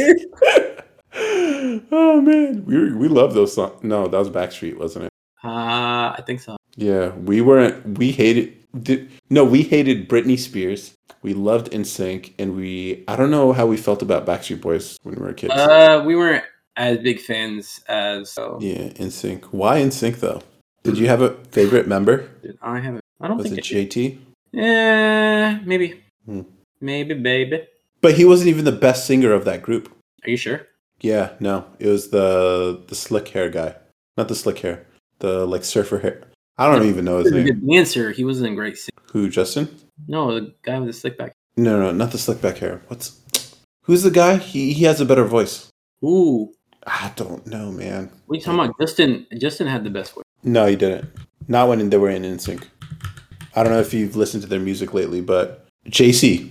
Speaker 1: Uh,
Speaker 2: oh man. We were, we love those songs. No, that was Backstreet, wasn't it?
Speaker 1: Ah, I think so.
Speaker 2: Yeah. We weren't we hated did, no, we hated Britney Spears. We loved NSYNC and we I don't know how we felt about Backstreet Boys when we were kids.
Speaker 1: Uh, we weren't as big fans as. So.
Speaker 2: yeah, NSYNC. Why NSYNC though? Did you have a favorite member?
Speaker 1: Did I haven't. I don't
Speaker 2: Was
Speaker 1: think.
Speaker 2: it
Speaker 1: It
Speaker 2: JT?
Speaker 1: yeah, maybe.
Speaker 2: Hmm.
Speaker 1: Maybe, baby.
Speaker 2: But he wasn't even the best singer of that group.
Speaker 1: Are you sure?
Speaker 2: Yeah, no, it was the the slick hair guy, not the slick hair, the like surfer hair. I don't even know his
Speaker 1: He was a
Speaker 2: name.
Speaker 1: good dancer. He wasn't a great singer.
Speaker 2: Who, Justin?
Speaker 1: No, the guy with the slick back.
Speaker 2: No, no, not the slick back hair. What's who's the guy? He he has a better voice.
Speaker 1: Ooh,
Speaker 2: I don't know, man.
Speaker 1: what are you talking about? Justin. Justin had the best voice.
Speaker 2: No, he didn't. Not when they were in NSYNC. I don't know if you've listened to their music lately, but JC,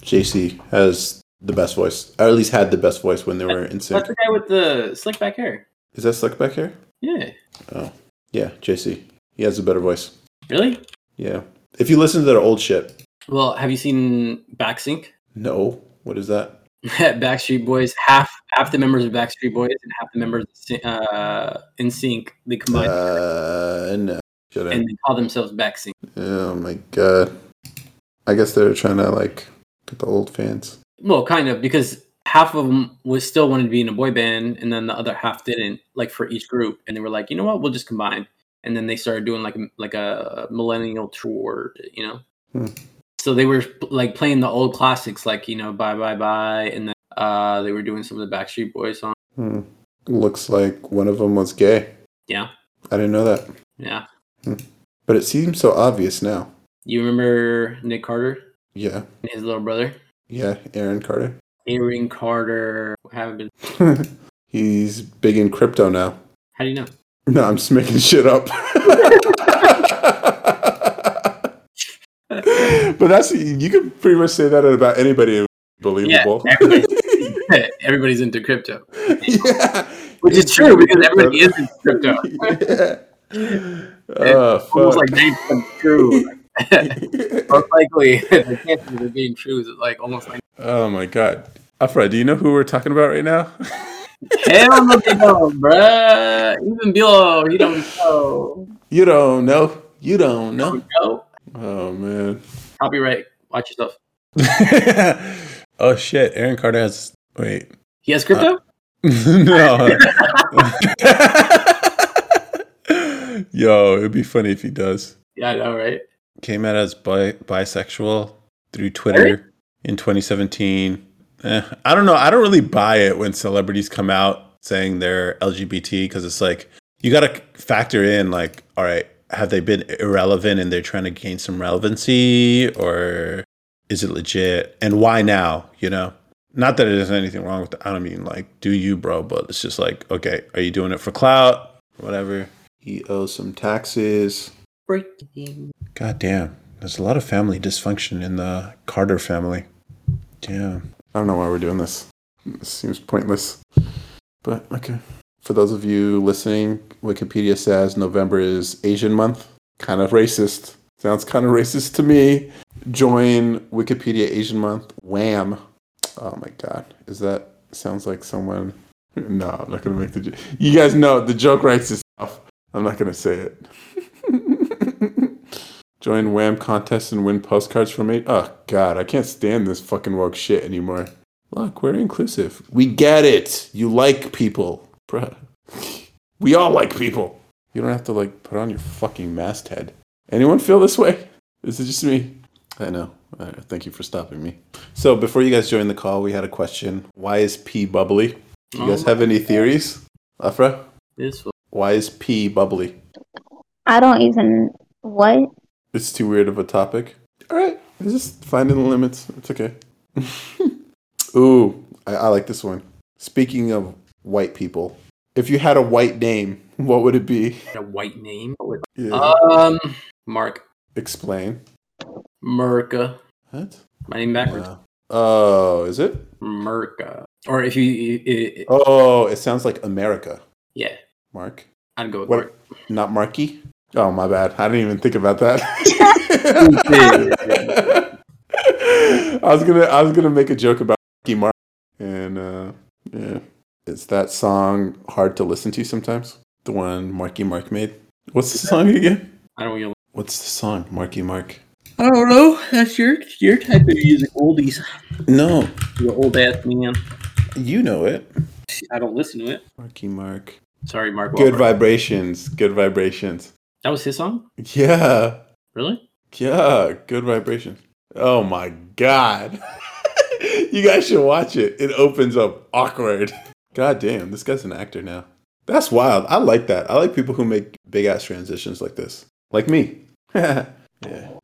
Speaker 2: JC has the best voice, or at least had the best voice when they were in
Speaker 1: That's
Speaker 2: sync.
Speaker 1: the guy with the slick back hair.
Speaker 2: Is that slick back hair?
Speaker 1: Yeah.
Speaker 2: Oh, yeah, JC. He has a better voice.
Speaker 1: Really?
Speaker 2: Yeah. If you listen to their old shit,
Speaker 1: Well, have you seen Backsync? [laughs]
Speaker 2: no. What is that?
Speaker 1: Backstreet Boys. Half half the members of Backstreet Boys and half the members of uh, In Sync. They combine
Speaker 2: Uh, no. Shut
Speaker 1: and they call themselves Backsync.
Speaker 2: Oh my god. I guess they're trying to like get the old fans.
Speaker 1: Well, kind of because half of them was still wanted to be in a boy band, and then the other half didn't. Like for each group, and they were like, you know what, we'll just combine. And then they started doing like a, like a millennial tour, you know.
Speaker 2: Hmm.
Speaker 1: So they were like playing the old classics, like you know, bye bye bye, and then uh, they were doing some of the Backstreet Boys songs.
Speaker 2: Hmm. Looks like one of them was gay.
Speaker 1: Yeah.
Speaker 2: I didn't know that.
Speaker 1: Yeah,
Speaker 2: But it seems so obvious now.
Speaker 1: you remember Nick Carter
Speaker 2: Yeah.
Speaker 1: and his little brother,
Speaker 2: Yeah. Aaron Carter. [laughs]
Speaker 1: Aaron Carter. Haven't been.
Speaker 2: He's big in crypto now. [laughs]
Speaker 1: How do you know? [laughs]
Speaker 2: No, I'm just making shit up. [laughs] but that's you can pretty much say that about anybody. Believable.
Speaker 1: everybody's, everybody's into crypto,
Speaker 2: [laughs] Yeah.
Speaker 1: which is true because everybody is into crypto. [laughs]
Speaker 2: yeah. Oh,
Speaker 1: almost like
Speaker 2: fuck.
Speaker 1: they [laughs] true. Most likely, [laughs] the chances of it being true is like almost like
Speaker 2: oh my god. Afra, do you know who we're talking about right now? [laughs]
Speaker 1: hell no, [laughs] they don't, bruh. Even Bill, he don't know.
Speaker 2: you don't know. You don't
Speaker 1: You
Speaker 2: know.
Speaker 1: know?
Speaker 2: Oh man.
Speaker 1: Copyright. Watch yourself.
Speaker 2: [laughs] oh shit. Aaron Carter has wait. [laughs]
Speaker 1: He has crypto.
Speaker 2: no. [laughs] Yo, it'd be funny if he does.
Speaker 1: yeah, I know, right?
Speaker 3: Came out as bi- bisexual through Twitter in 2017. Eh, I don't know. I don't really buy it when celebrities come out saying they're LGBT because it's like you got to factor in like, all right, have they been irrelevant and they're trying to gain some relevancy or is it legit and why now? You know, not that there's anything wrong with. I don't mean like do you, bro, but it's just like, okay, are you doing it for clout? Whatever.
Speaker 2: He owes some taxes.
Speaker 1: Breaking.
Speaker 3: God damn. There's a lot of family dysfunction in the Carter family. Damn.
Speaker 2: I don't know why we're doing this. This seems pointless. But okay. For those of you listening, Wikipedia says November is Asian month. Kind of racist. Sounds kind of racist to me. Join Wikipedia Asian month. Wham. Oh my god. Is that sounds like someone No, I'm not going to make the joke. You guys know the joke writes itself. I'm not going to say it. [laughs] Join Wham contest and win postcards from me. Oh God, I can't stand this fucking woke shit anymore. Look, we're inclusive. We get it. You like people, bruh. [laughs] We all like people. You don't have to like put on your fucking masthead. Anyone feel this way? Is it just me? I know. All right, thank you for stopping me. So before you guys joined the call, we had a question. Why is pee bubbly? Do you guys
Speaker 1: Oh,
Speaker 2: have any theories, Afra?
Speaker 1: This was
Speaker 2: Why is pee bubbly?
Speaker 4: I don't even what?
Speaker 2: It's too weird of a topic. All right, it's just finding the limits. It's [laughs] okay. Ooh, I, I like this one. Speaking of white people, if you had a white name, what would it be?
Speaker 1: a white name.
Speaker 2: Yeah.
Speaker 1: Um, Mark
Speaker 2: Explain.
Speaker 1: Merca.
Speaker 2: What?
Speaker 1: My name backwards.
Speaker 2: Wow. Oh, is it?
Speaker 1: Merca. Or if you, i i
Speaker 2: Oh, it sounds like America.
Speaker 1: yeah,
Speaker 2: Mark.
Speaker 1: I'd go with
Speaker 2: What? Not Marky. Oh, my bad. I didn't even think about that. [laughs] I was gonna, I was gonna make a joke about Marky Mark, and uh, yeah, it's that song hard to listen to sometimes. The one Marky Mark made. What's the song again?
Speaker 1: I don't really.
Speaker 2: What's the song Marky Mark?
Speaker 1: I don't know. That's your your type of music, oldies.
Speaker 2: No,
Speaker 1: You old ass man.
Speaker 2: you know it.
Speaker 1: I don't listen to it.
Speaker 2: Marky Mark.
Speaker 1: Sorry, Mark.
Speaker 2: Good
Speaker 1: Wahlberg.
Speaker 2: vibrations. Good vibrations.
Speaker 1: That was his song.
Speaker 2: Yeah.
Speaker 1: Really?
Speaker 2: Yeah, good vibration. Oh my god. [laughs] you guys should watch it. It opens up awkward. [laughs] God damn, this guy's an actor now. That's wild. I like that. I like people who make big ass transitions like this. Like me. [laughs] yeah.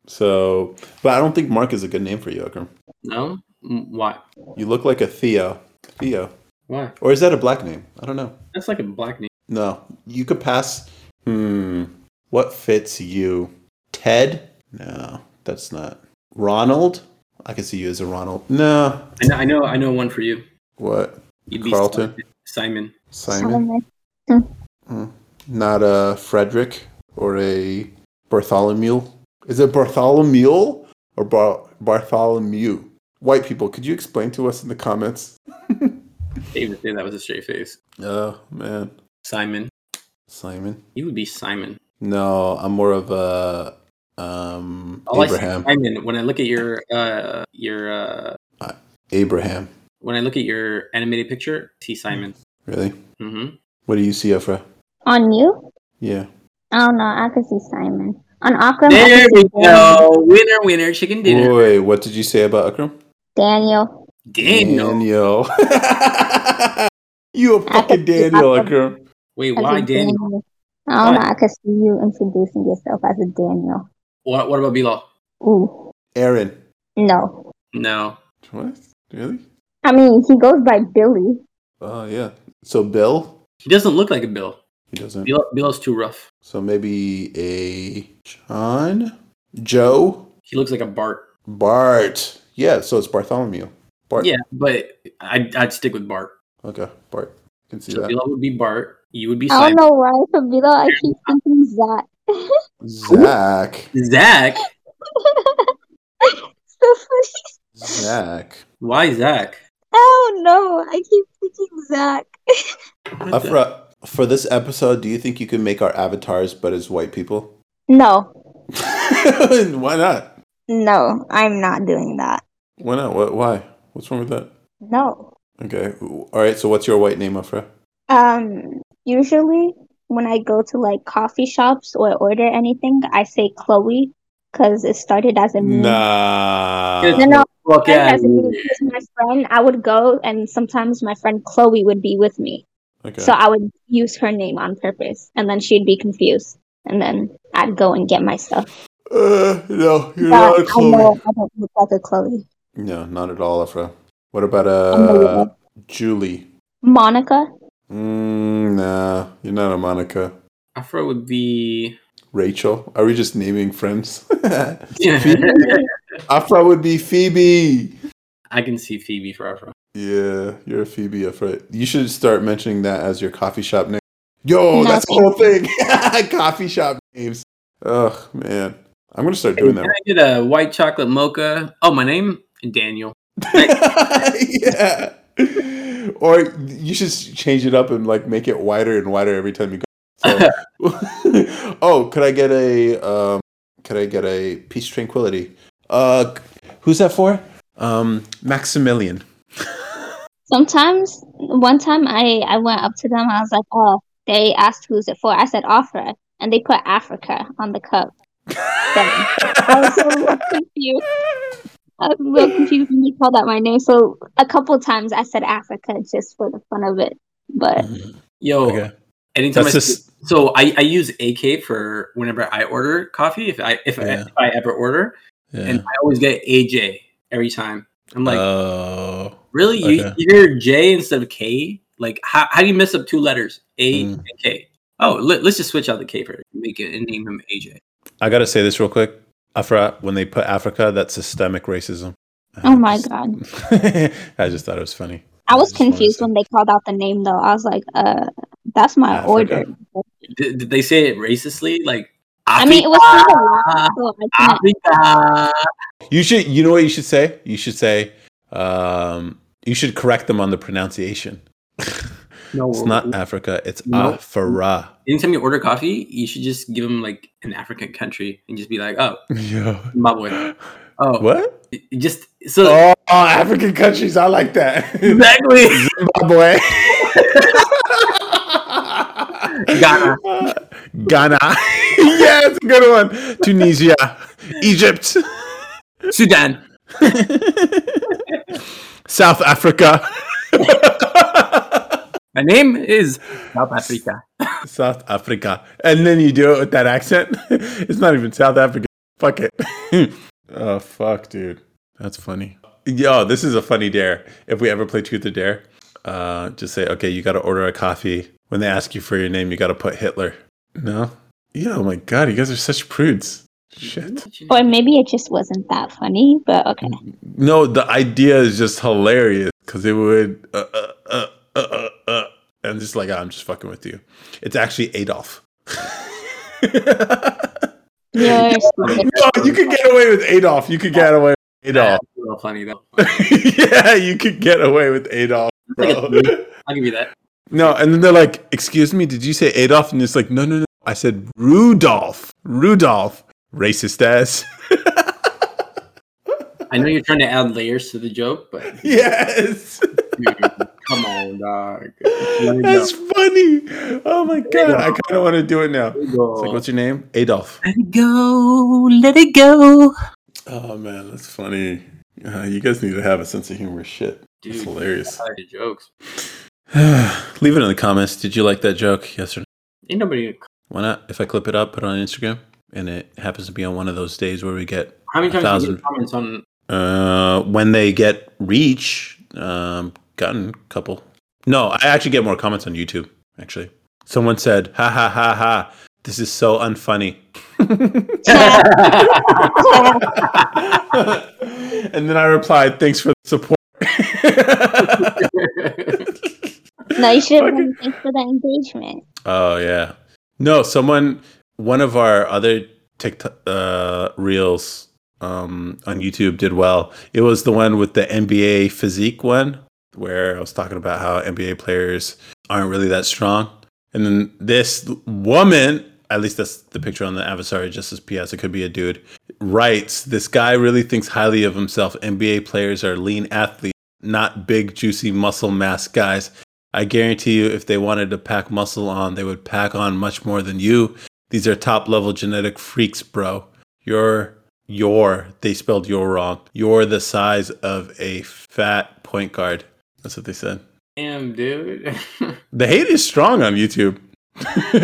Speaker 2: So but I don't think Mark is a good name for you, Akram.
Speaker 1: No. Mm, Why?
Speaker 2: You look like a Theo. Theo.
Speaker 1: Why?
Speaker 2: Or is that a black name? I don't know.
Speaker 1: That's like a black name.
Speaker 2: No. You could pass hmm. What fits you? Ted? No, that's not. Ronald? I can see you as a Ronald. No.
Speaker 1: I know. I know. I know one for you.
Speaker 2: What?
Speaker 1: You'd be
Speaker 2: Carlton?
Speaker 1: Simon.
Speaker 2: Simon? Not a Frederick or a Bartholomew? Is it Bartholomew or Bar- Bartholomew? White people, could you explain to us in the comments?
Speaker 1: Simon. David said that was a straight face.
Speaker 2: Oh, man.
Speaker 1: Simon.
Speaker 2: Simon?
Speaker 1: You would be Simon.
Speaker 2: No, I'm more of a um,
Speaker 1: All
Speaker 2: Abraham.
Speaker 1: I see is Simon. When I look at your uh your uh
Speaker 2: Abraham.
Speaker 1: when I look at your animated picture, I see Simon.
Speaker 2: Really?
Speaker 1: Mm-hmm.
Speaker 2: What do you see, Afra?
Speaker 4: On you?
Speaker 2: Yeah.
Speaker 4: I don't know. I could see Simon. On Akram, I
Speaker 1: There
Speaker 4: could
Speaker 1: we
Speaker 4: see Daniel.
Speaker 1: go. Winner, winner, chicken dinner.
Speaker 2: Boy, what did you say about Akram?
Speaker 4: Daniel.
Speaker 1: Daniel.
Speaker 2: Daniel. [laughs] you a fucking Daniel, Akram.
Speaker 1: Wait,
Speaker 4: I
Speaker 1: why
Speaker 4: could see
Speaker 1: Daniel?
Speaker 4: I don't
Speaker 1: Why?
Speaker 4: know. I could see you introducing yourself as a Daniel.
Speaker 1: What what about Bilal?
Speaker 4: Ooh,
Speaker 2: Aaron.
Speaker 4: no.
Speaker 1: No.
Speaker 2: What? Really?
Speaker 4: I mean, he goes by Billy.
Speaker 2: Oh, yeah. So Bill?
Speaker 1: He doesn't look like a Bill.
Speaker 2: He doesn't.
Speaker 1: Bilal, Bilal's too rough.
Speaker 2: So maybe a John? Joe?
Speaker 1: He looks like a Bart.
Speaker 2: Bart. Yeah, so it's Bartholomew. Bart.
Speaker 1: Yeah, but I'd, I'd stick with Bart.
Speaker 2: Okay, Bart. Can see
Speaker 1: So
Speaker 2: that.
Speaker 1: Bilal would be Bart. You would be
Speaker 4: I
Speaker 1: Simon.
Speaker 4: don't know why for Billy I keep thinking Zach.
Speaker 2: Zach.
Speaker 1: Zach?
Speaker 4: [laughs] so funny.
Speaker 2: Zach.
Speaker 1: Why Zach?
Speaker 4: I don't know. I keep thinking Zach.
Speaker 1: What the-
Speaker 2: Afra, Uh, for this episode, do you think you can make our avatars but as white people? [laughs]
Speaker 4: No,
Speaker 2: why not?
Speaker 4: no, I'm not doing that.
Speaker 2: Why not? What? Why? What's wrong with that?
Speaker 4: No.
Speaker 2: Okay. All right. So, what's your white name, Afra?
Speaker 4: Um, usually when I go to like coffee shops or order anything, I say Chloe because it started as a meme.
Speaker 2: Nah.
Speaker 4: No, no,
Speaker 1: Fuck
Speaker 4: started
Speaker 1: yeah.
Speaker 4: as a meme 'cause my friend, I would go and sometimes my friend Chloe would be with me.
Speaker 2: Okay.
Speaker 4: So I would use her name on purpose and then she'd be confused. And then I'd go and get my stuff.
Speaker 2: Uh, no, you're
Speaker 4: But
Speaker 2: not a
Speaker 4: I know
Speaker 2: Chloe.
Speaker 4: I don't look like a Chloe.
Speaker 2: No, not at all, Afra. What about
Speaker 4: I'm a
Speaker 2: uh,
Speaker 4: little-
Speaker 2: Julie? [laughs]
Speaker 4: Monica?
Speaker 2: Mm, nah, you're not a Monica.
Speaker 1: Afro would be.
Speaker 2: Rachel? Are we [laughs] just naming friends?
Speaker 1: I
Speaker 2: Afra would be Phoebe.
Speaker 1: [laughs] I can see Phoebe forever.
Speaker 5: Yeah, you're a Phoebe effort. You should start mentioning that as your coffee shop name. Yo,
Speaker 4: No.
Speaker 5: that's the whole thing. [laughs] coffee shop names. Ugh, man. I'm gonna start doing
Speaker 1: Can I get a white chocolate mocha? Oh, my name Daniel.
Speaker 5: that. [laughs] yeah. Or you should change it up and like make it wider and wider every time you go. So, [laughs] oh, could I get a um could I get a peace tranquility? Uh who's that for? Um
Speaker 2: [laughs]
Speaker 5: Maximilian.
Speaker 4: Sometimes, one time I, I went up to them. I was like, oh, they asked who's it for. I said Afra, and they put Africa on the cup. I was so
Speaker 2: [laughs]
Speaker 4: confused. I was so confused when you called out my name. So a couple times I said Africa just for the fun of it. But
Speaker 1: Yo,
Speaker 2: Okay.
Speaker 1: anytime I
Speaker 2: That's just
Speaker 1: so I, I use AK for whenever I order coffee if I if, I,
Speaker 2: Yeah.
Speaker 1: if I ever order, and
Speaker 2: yeah.
Speaker 1: I always get AJ every time. I'm like,
Speaker 2: oh.
Speaker 1: really? You,
Speaker 2: okay.
Speaker 1: you hear J instead of K? Like, how, how do you mess up two letters, A
Speaker 2: Mm.
Speaker 1: and K? Oh, let, us just switch out the K for it, make it and name him AJ.
Speaker 2: I gotta say this real quick. Afra, when they put Africa, that's systemic racism.
Speaker 4: oh my god,
Speaker 2: [laughs] I just thought it was funny.
Speaker 4: I was
Speaker 2: just wanted to
Speaker 4: confused
Speaker 2: say-
Speaker 4: when they called out the name though. I was like, uh, that's my
Speaker 2: Africa.
Speaker 4: order.
Speaker 1: Did, did they say it racistly? Like,
Speaker 4: I mean, it was
Speaker 1: Africa,
Speaker 4: kind of long, so I couldn't-
Speaker 1: Africa.
Speaker 2: You should. You know what you should say. You should say. Um, you should correct them on the pronunciation. [laughs]
Speaker 1: No,
Speaker 2: It's not Africa. It's
Speaker 5: [laughs]
Speaker 1: Nope.
Speaker 2: Afra.
Speaker 1: anytime you order coffee, you should just give them like an African country and just be like, oh,
Speaker 2: Yeah.
Speaker 1: Zimbabwe.
Speaker 2: [gasps]
Speaker 1: Oh,
Speaker 2: What?
Speaker 1: y- Just so
Speaker 5: Oh, African countries, I like that. [laughs]
Speaker 1: exactly.
Speaker 2: [laughs]
Speaker 1: [laughs]
Speaker 5: Zimbabwe.
Speaker 1: Ghana.
Speaker 2: Ghana. [laughs] yeah, it's a good one. Tunisia. Egypt.
Speaker 1: Sudan.
Speaker 2: South Africa. [laughs]
Speaker 1: My name is South Africa.
Speaker 2: South Africa. And then you do it with that accent. [laughs] it's not even South Africa. Fuck it. [laughs] oh, fuck, dude. That's funny. Yo, this is a funny dare. If we ever play Truth or Dare, uh, just say, okay, you got to order a coffee. When they ask you for your name, you got to put Hitler. No? Yeah, oh my God, you guys are such prudes. Shit.
Speaker 1: Ah.
Speaker 4: Or maybe it just wasn't that funny. But okay,
Speaker 2: No, the idea is just hilarious because it would, uh, uh, uh, uh, uh, uh, and just like, I'm just fucking with you. It's actually Adolf. [laughs]
Speaker 4: you're stupid.
Speaker 2: No, you could get away with Adolf. You could get away with
Speaker 1: That's
Speaker 2: Adolf. [laughs]
Speaker 1: a little funny though.
Speaker 2: yeah, you could get away with Adolf. Bro.
Speaker 1: I'll give you that.
Speaker 2: No, and then they're like, "Excuse me, did you say Adolf?" And it's like, "No, no, no, I said Rudolph. Rudolph, racist ass." [laughs]
Speaker 1: I know you're trying to add layers to the joke, but
Speaker 2: yes,
Speaker 1: dude, [laughs] come on, dog. There you go.
Speaker 2: that's funny. Oh my god, I kind of want to do it now.
Speaker 1: There
Speaker 2: It's
Speaker 1: you go.
Speaker 2: like, what's your name? Adolf.
Speaker 1: Let it go. Let it go.
Speaker 2: Oh man, that's funny. Uh, you guys need to have a sense of humor. Shit, [sighs]
Speaker 1: Dude,
Speaker 2: that's hilarious.
Speaker 1: I like the jokes.
Speaker 2: Leave it in the comments. Did you like that joke? Yes or no?
Speaker 1: Ain't nobody.
Speaker 2: Why not? If I clip it up, put it on Instagram, and it happens to be on one of those days where we get
Speaker 1: How many
Speaker 2: A
Speaker 1: times do you
Speaker 2: thousand.
Speaker 1: get comments on?
Speaker 2: uh, when they get reach. Um, gotten a couple. No, I actually get more comments on YouTube. Actually, someone said, "Ha ha ha ha! This is so unfunny." [laughs] and then I replied, "Thanks for the support." [laughs]
Speaker 4: No, you should have
Speaker 2: Fucking-
Speaker 4: been thanked for the engagement.
Speaker 2: Oh yeah. No, someone one of our other TikTok uh, reels um, on YouTube did well. It was the one with the NBA physique one where I was talking about how NBA players aren't really that strong. And then this woman, at least that's the picture on the avatar, just as PS, it could be a dude, writes, This guy really thinks highly of himself. NBA players are lean athletes, not big, juicy, muscle mass guys. I guarantee you, if they wanted to pack muscle on, they would pack on much more than you. These are top level genetic freaks, bro. You're, you're, they spelled you're wrong. You're the size of a fat point guard. That's what they said.
Speaker 1: [laughs] Damn, dude. [laughs]
Speaker 2: The hate is strong on YouTube. [laughs] I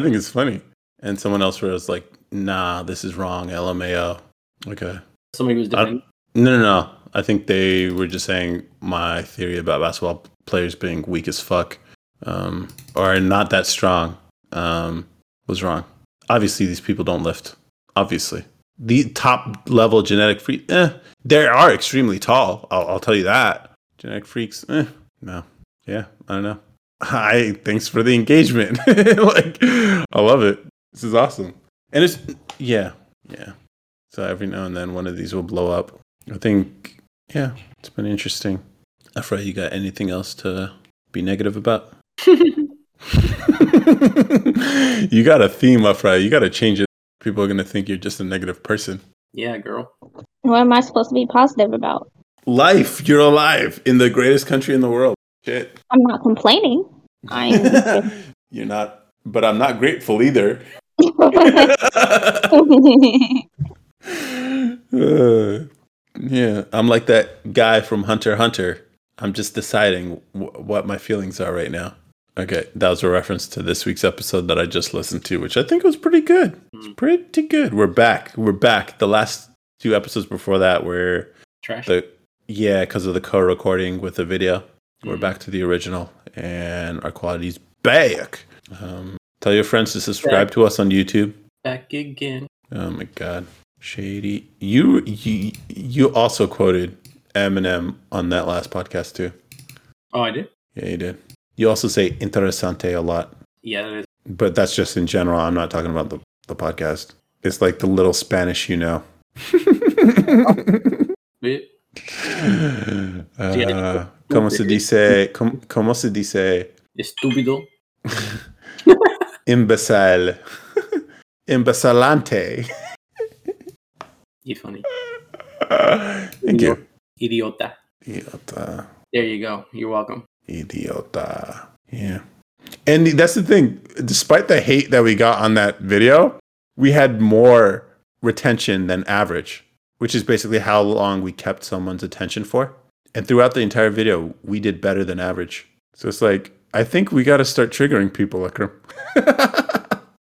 Speaker 2: think it's funny. And someone else was like, nah, this is wrong. LMAO. Okay.
Speaker 1: Somebody was
Speaker 2: I
Speaker 1: defending.
Speaker 2: No, no, no. I think they were just saying my theory about basketball players being weak as fuck um, or not that strong um, was wrong. Obviously, these people don't lift. Obviously. the top level genetic freak. Eh, they are extremely tall. I'll, I'll tell you that. Genetic freaks. Eh, no. Yeah, I don't know. [laughs] Hi, thanks for the engagement. [laughs] like, I love it. This is awesome. And it's yeah, yeah. So every now and then, one of these will blow up. I think yeah, it's been interesting. Afra, you got anything else to be negative about? [laughs] you got a theme, Afra. You got to change it. People are gonna think you're just a negative person.
Speaker 1: Yeah, girl.
Speaker 4: What am I supposed to be positive about?
Speaker 2: Life, you're alive in the greatest country in the world. Shit.
Speaker 4: I'm not complaining.
Speaker 2: [laughs]
Speaker 4: I'm
Speaker 2: You're not, but I'm not grateful either. Uh, [laughs] yeah, I'm like that guy from Hunter x Hunter. I'm just deciding wh- what my feelings are right now. Okay, that was a reference to this week's episode that I just listened to, which I think was pretty good. It's
Speaker 1: Mm.
Speaker 2: pretty good. We're back. We're back. The last two episodes before that were
Speaker 1: Trash.
Speaker 2: the yeah, because of the co-recording with the video, we're
Speaker 1: Mhm.
Speaker 2: back to the original, and our quality's back. Um, tell your friends to subscribe to us on YouTube.
Speaker 1: Back again.
Speaker 2: Oh my god, shady! You you you also quoted Eminem on that last podcast too.
Speaker 1: Oh, I did.
Speaker 2: Yeah, you did. You also say interesante a lot,
Speaker 1: Yeah, that is.
Speaker 2: but that's just in general. I'm not talking about the the podcast. It's like the little Spanish, you know.
Speaker 1: It.
Speaker 2: Uh, como se dice? com- Como se dice?
Speaker 1: Estupido.
Speaker 2: Imbecile. [laughs] Imbecilante. [laughs]
Speaker 1: You funny.
Speaker 2: Thank you.
Speaker 1: Idiota.
Speaker 2: Idiota.
Speaker 1: There you go. You're welcome.
Speaker 2: Idiota. Yeah. And that's the thing. Despite the hate that we got on that video, we had more retention than average, which is basically how long we kept someone's attention for. And throughout the entire video, we did better than average. So it's like, I think we got to start triggering people, Akram.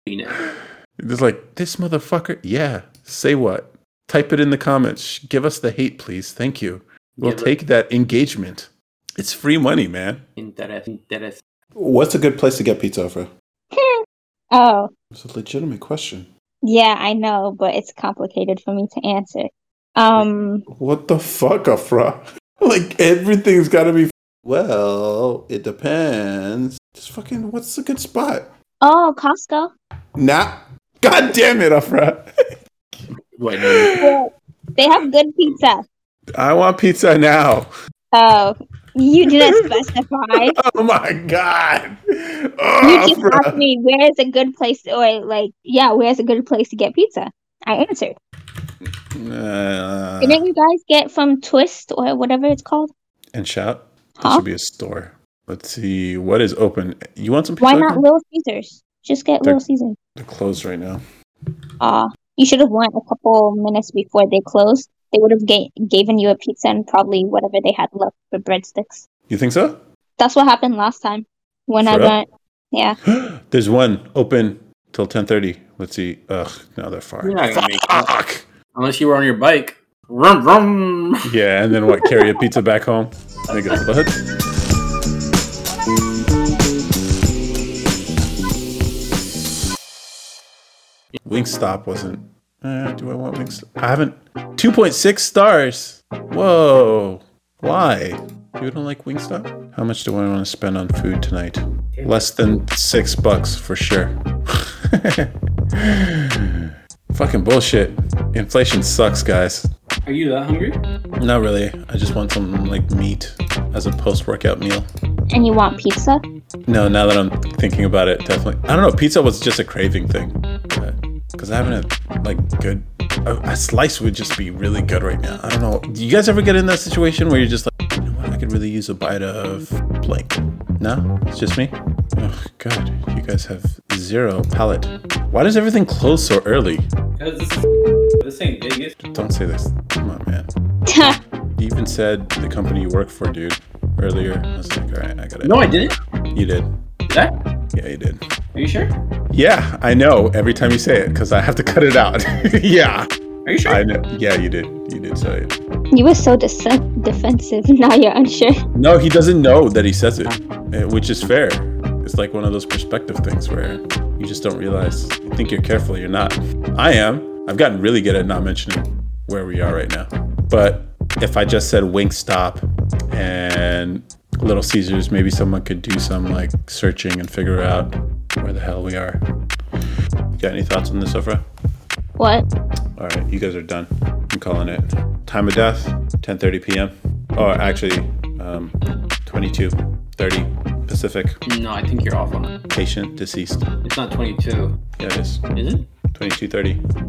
Speaker 1: You know.
Speaker 2: [laughs] It's like, this motherfucker. Yeah. Say what? Type it in the comments. Give us the hate, please. Thank you. We'll
Speaker 1: Give it-
Speaker 2: take that engagement. It's free money, man.
Speaker 1: Interest. Interest.
Speaker 6: What's a good place to get pizza, Afra?
Speaker 4: [laughs] Oh,
Speaker 6: It's a legitimate question.
Speaker 4: yeah, I know, but it's complicated for me to answer. Um,
Speaker 6: What the fuck, Afra? [laughs] like everything's got to be. Well, it depends. Just fucking. What's a good spot?
Speaker 4: oh, Costco.
Speaker 6: Nah. God damn it, Afra. [laughs]
Speaker 1: Wait. no,
Speaker 4: Yeah, they have good pizza.
Speaker 2: I want pizza now.
Speaker 4: Oh, you
Speaker 2: [laughs]
Speaker 4: didn't
Speaker 6: [laughs]
Speaker 4: specify.
Speaker 2: Oh my God.
Speaker 4: You
Speaker 2: Oh,
Speaker 4: just
Speaker 2: bro.
Speaker 6: [laughs]
Speaker 4: asked me where is a good place, or like, yeah, where's a good place to get pizza? I answered.
Speaker 2: Uh,
Speaker 4: Didn't you guys get from Twist or whatever it's called?
Speaker 2: and shout. There
Speaker 4: Huh?
Speaker 2: should be a store. Let's see. What is open? You want some pizza?
Speaker 4: Why not
Speaker 2: Akram?
Speaker 4: Little Caesars? Just get
Speaker 2: They're-
Speaker 4: Little Caesars.
Speaker 2: They're closed right now.
Speaker 4: Uh, you should have went a couple minutes before they closed. They would have ga- given you a pizza and probably whatever they had left for breadsticks.
Speaker 2: You think so?
Speaker 4: That's what happened last time when I
Speaker 2: For real?
Speaker 4: went. Yeah.
Speaker 2: [gasps] There's one open till 10:30. Let's see. Ugh, no, they're far.
Speaker 1: You're not gonna make it.
Speaker 2: Fuck.
Speaker 1: Unless you were on your bike. Rum rum.
Speaker 2: Yeah, and then what? Carry a pizza back home. Nigga, what? Wingstop wasn't. Uh, do I want Wingstop? I haven't. 2.6 stars. Whoa. Why? You don't like Wingstop? How much do I want to spend on food tonight? Less than six bucks for sure. [laughs] Fucking bullshit. Inflation sucks, guys.
Speaker 1: Are you that hungry?
Speaker 2: Not really. I just want something like meat as a post workout meal.
Speaker 4: And you want pizza? [laughs]
Speaker 2: No, now that I'm thinking about it, definitely. I don't know. Pizza was just a craving thing. Because I haven't had like good. A, a slice would just be really good right now. I don't know. Do you guys ever get in that situation where you're just like, you know what? I could really use a bite of blank. No? It's just me? Oh, God. You guys have zero palate. Why does everything close so early?
Speaker 1: Cause this, this ain't Vegas.
Speaker 2: Don't say this. Come on, man. You even said the company you work for, dude, earlier. I was like, all right, I got it.
Speaker 1: No, I didn't.
Speaker 2: You did.
Speaker 1: Did I? Are
Speaker 2: Yeah, you did.
Speaker 1: you sure?
Speaker 2: Yeah, I know every time you say it because I have to [laughs] cut it out. yeah.
Speaker 1: Are you sure?
Speaker 2: I know. Yeah, you did. You did say it.
Speaker 4: you were so def- defensive. [laughs] Now you're unsure.
Speaker 2: No, he doesn't know that he says it, eh, which is fair. It's like one of those perspective things where you just don't realize. You think you're careful, you're not. I am. I've gotten really good at not mentioning where we are right now. But if I just said Wingstop and Little Caesars, maybe someone could do some like searching and figure out where the hell we are. Got any thoughts on this, Ofra?
Speaker 4: What?
Speaker 2: All right, you guys are done. I'm calling it. Time of death, 10:30 p.m. Or Oh, actually, um, 22:30 Pacific.
Speaker 1: No, I think you're off on it.
Speaker 2: Patient deceased.
Speaker 1: It's not 22.
Speaker 2: Yeah, it is.
Speaker 1: Is it?
Speaker 2: 22:30.